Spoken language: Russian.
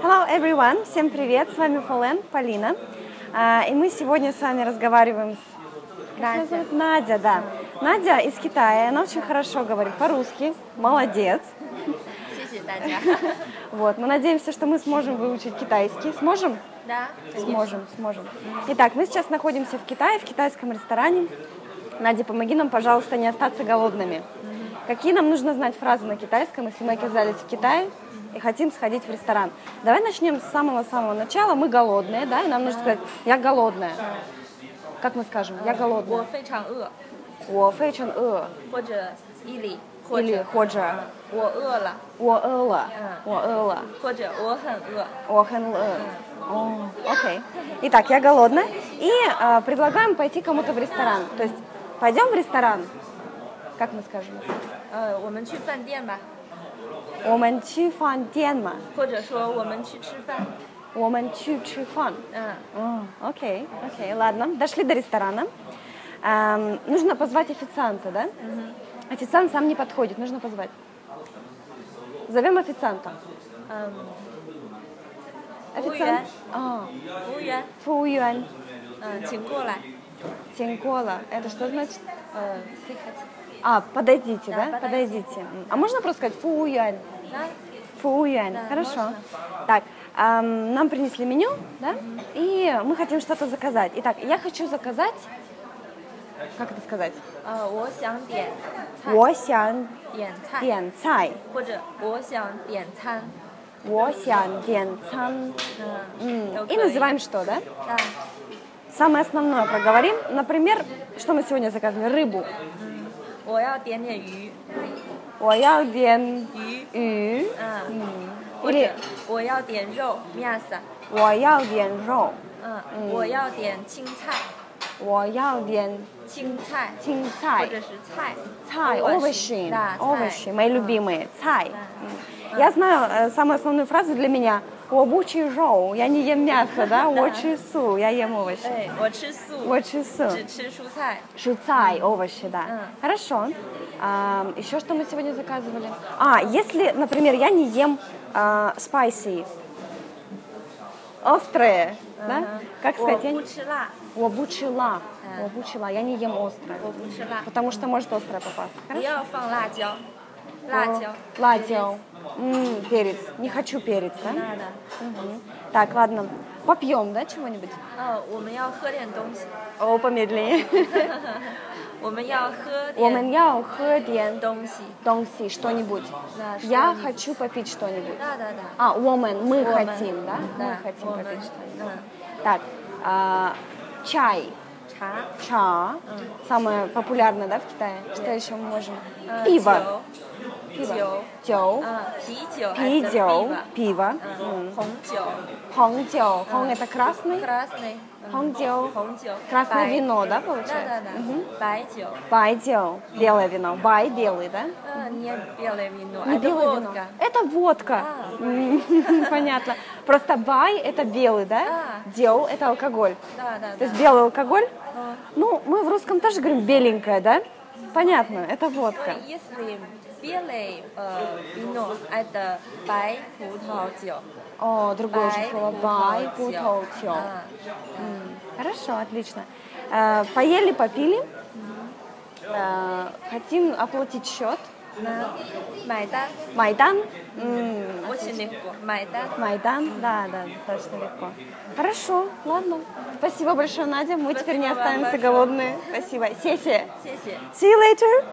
everyone! Всем привет! С вами Фолен, Полина. А, И мы сегодня с вами разговариваем с... как ее Надя. зовут? Надя, да. Надя из Китая. Она очень хорошо говорит по-русски. Молодец. 谢谢大家。 Вот, мы надеемся, что мы сможем выучить китайский. Сможем? Да, Сможем, сможем. Итак, мы сейчас находимся в Китае, в китайском ресторане. Надя, помоги нам, пожалуйста, не остаться голодными. Какие нам нужно знать фразы на китайском, если мы оказались в Китае и хотим сходить в ресторан? Давай начнем с самого-самого начала. Мы голодные, да, и нам нужно сказать «я голодная». Как мы скажем? «Я 我 голодная». 非常饿，我非常饿或者伊犁，或 или 者或者我饿了，我饿了，嗯我饿了，或者我很饿。我很饿。О, э, Окей. Итак, я голодна. И э, предлагаем пойти кому-то в ресторан. То есть пойдем в ресторан. Как мы скажем? 呃，我们去饭店吧，我们去饭店嘛。或者说我们去吃饭。我们去吃饭。嗯， О, Окей, окей, ладно. Дошли до ресторана. Эм, нужно позвать официанта, да? Официант сам не подходит, нужно позвать. Зовем официанта. 嗯， Официант. А, 服务员，服务员.嗯，请过来。 Тинькола. Это что значит? 呃，可以开始。 А, подойдите, да? Да, Подойдите. подойдите. М, А можно просто сказать фу юань? 来， Фу юань. Да, Хорошо. можно. Так, ам, нам принесли меню, да? И мы хотим что-то заказать. Итак, я хочу заказать... Как это сказать? 呃，我想点菜，我想点菜，点菜。或者我想点餐。我想点餐。嗯，都可 И 以。 называем что, да? 那 Самое основное проговорим. Например, что мы сегодня заказывали? Рыбу. 我要点点鱼，我要点鱼，鱼。嗯，或 или 者我要点肉，miasa。我要点肉。嗯，我要点青菜，我要点青菜。青菜，或者是菜， Цай, овощи, да, овощи, цай. мои А, любимые, цай. М. Да. Я знаю э, самую основную фразу для меня. Обучи жоу, я не ем мясо, да, очи су, я ем овощи. 对，我吃素， Очи су. 只吃蔬菜， Шуцай, овощи, да. М. Хорошо. еще что мы сегодня заказывали? А, если, например, я не ем а, спайси, острые, да? Как 我 сказать? Я 不 не- 吃辣， Обучила, обучила, я не ем острое, 我不吃辣， потому что может острое попасть. 不要放辣椒，辣椒， Ладел. М, перец. Не хочу перец, 不 да? 辣的。 Мгм. Так, ладно. Попьем, да, чего-нибудь? 呃，我们要喝点东西， О, помедленнее. 我们要喝 У 点 меня уходит 东西， дongси, что-нибудь. Да, Я что-нибудь. хочу попить что-нибудь. 辣的的， А, woman, мы Woman. хотим, да? Мы 对 хотим 我 попить 们 что-нибудь. 嗯 Так, а, чай, 茶， ча, самое популярное, да, в Китае? Что еще мы можем? 呃 Пиво. 酒，酒， Тёу, 嗯，啤酒， пидёу, 还是 пиво, 嗯，红酒 хонгдёу, хонг это красный, ，красный，嗯 хонгдёу, 红酒， Красное 白 вино, да, 对 получается? 对对，白酒。 Бай дел, белое вино. Бай белый, да? 嗯，你也белое вино, Не А это белое вино. водка. Это водка. А. М, Понятно. Просто бай это белый, да? Да. Дел это алкоголь. Да, да, То есть да. белый алкоголь. Да. Ну, мы в русском тоже говорим беленькая, да? Понятно, это водка. Но если белое э, вино, это 白葡萄酒。 О, другое же 白 слово. Бай, 葡 путал, 萄 тел. 啊 Хорошо, отлично. Э, Поели, попили. Э, Хотим оплатить счет. 那买单， Майдан. М, 我请你过买单。 Майдан, да, да, достаточно легко. Хорошо, ладно. Спасибо большое, Надя. Мы теперь не Спасибо вам останемся большое. голодные. Спасибо. Сессия. 谢谢。 See you later.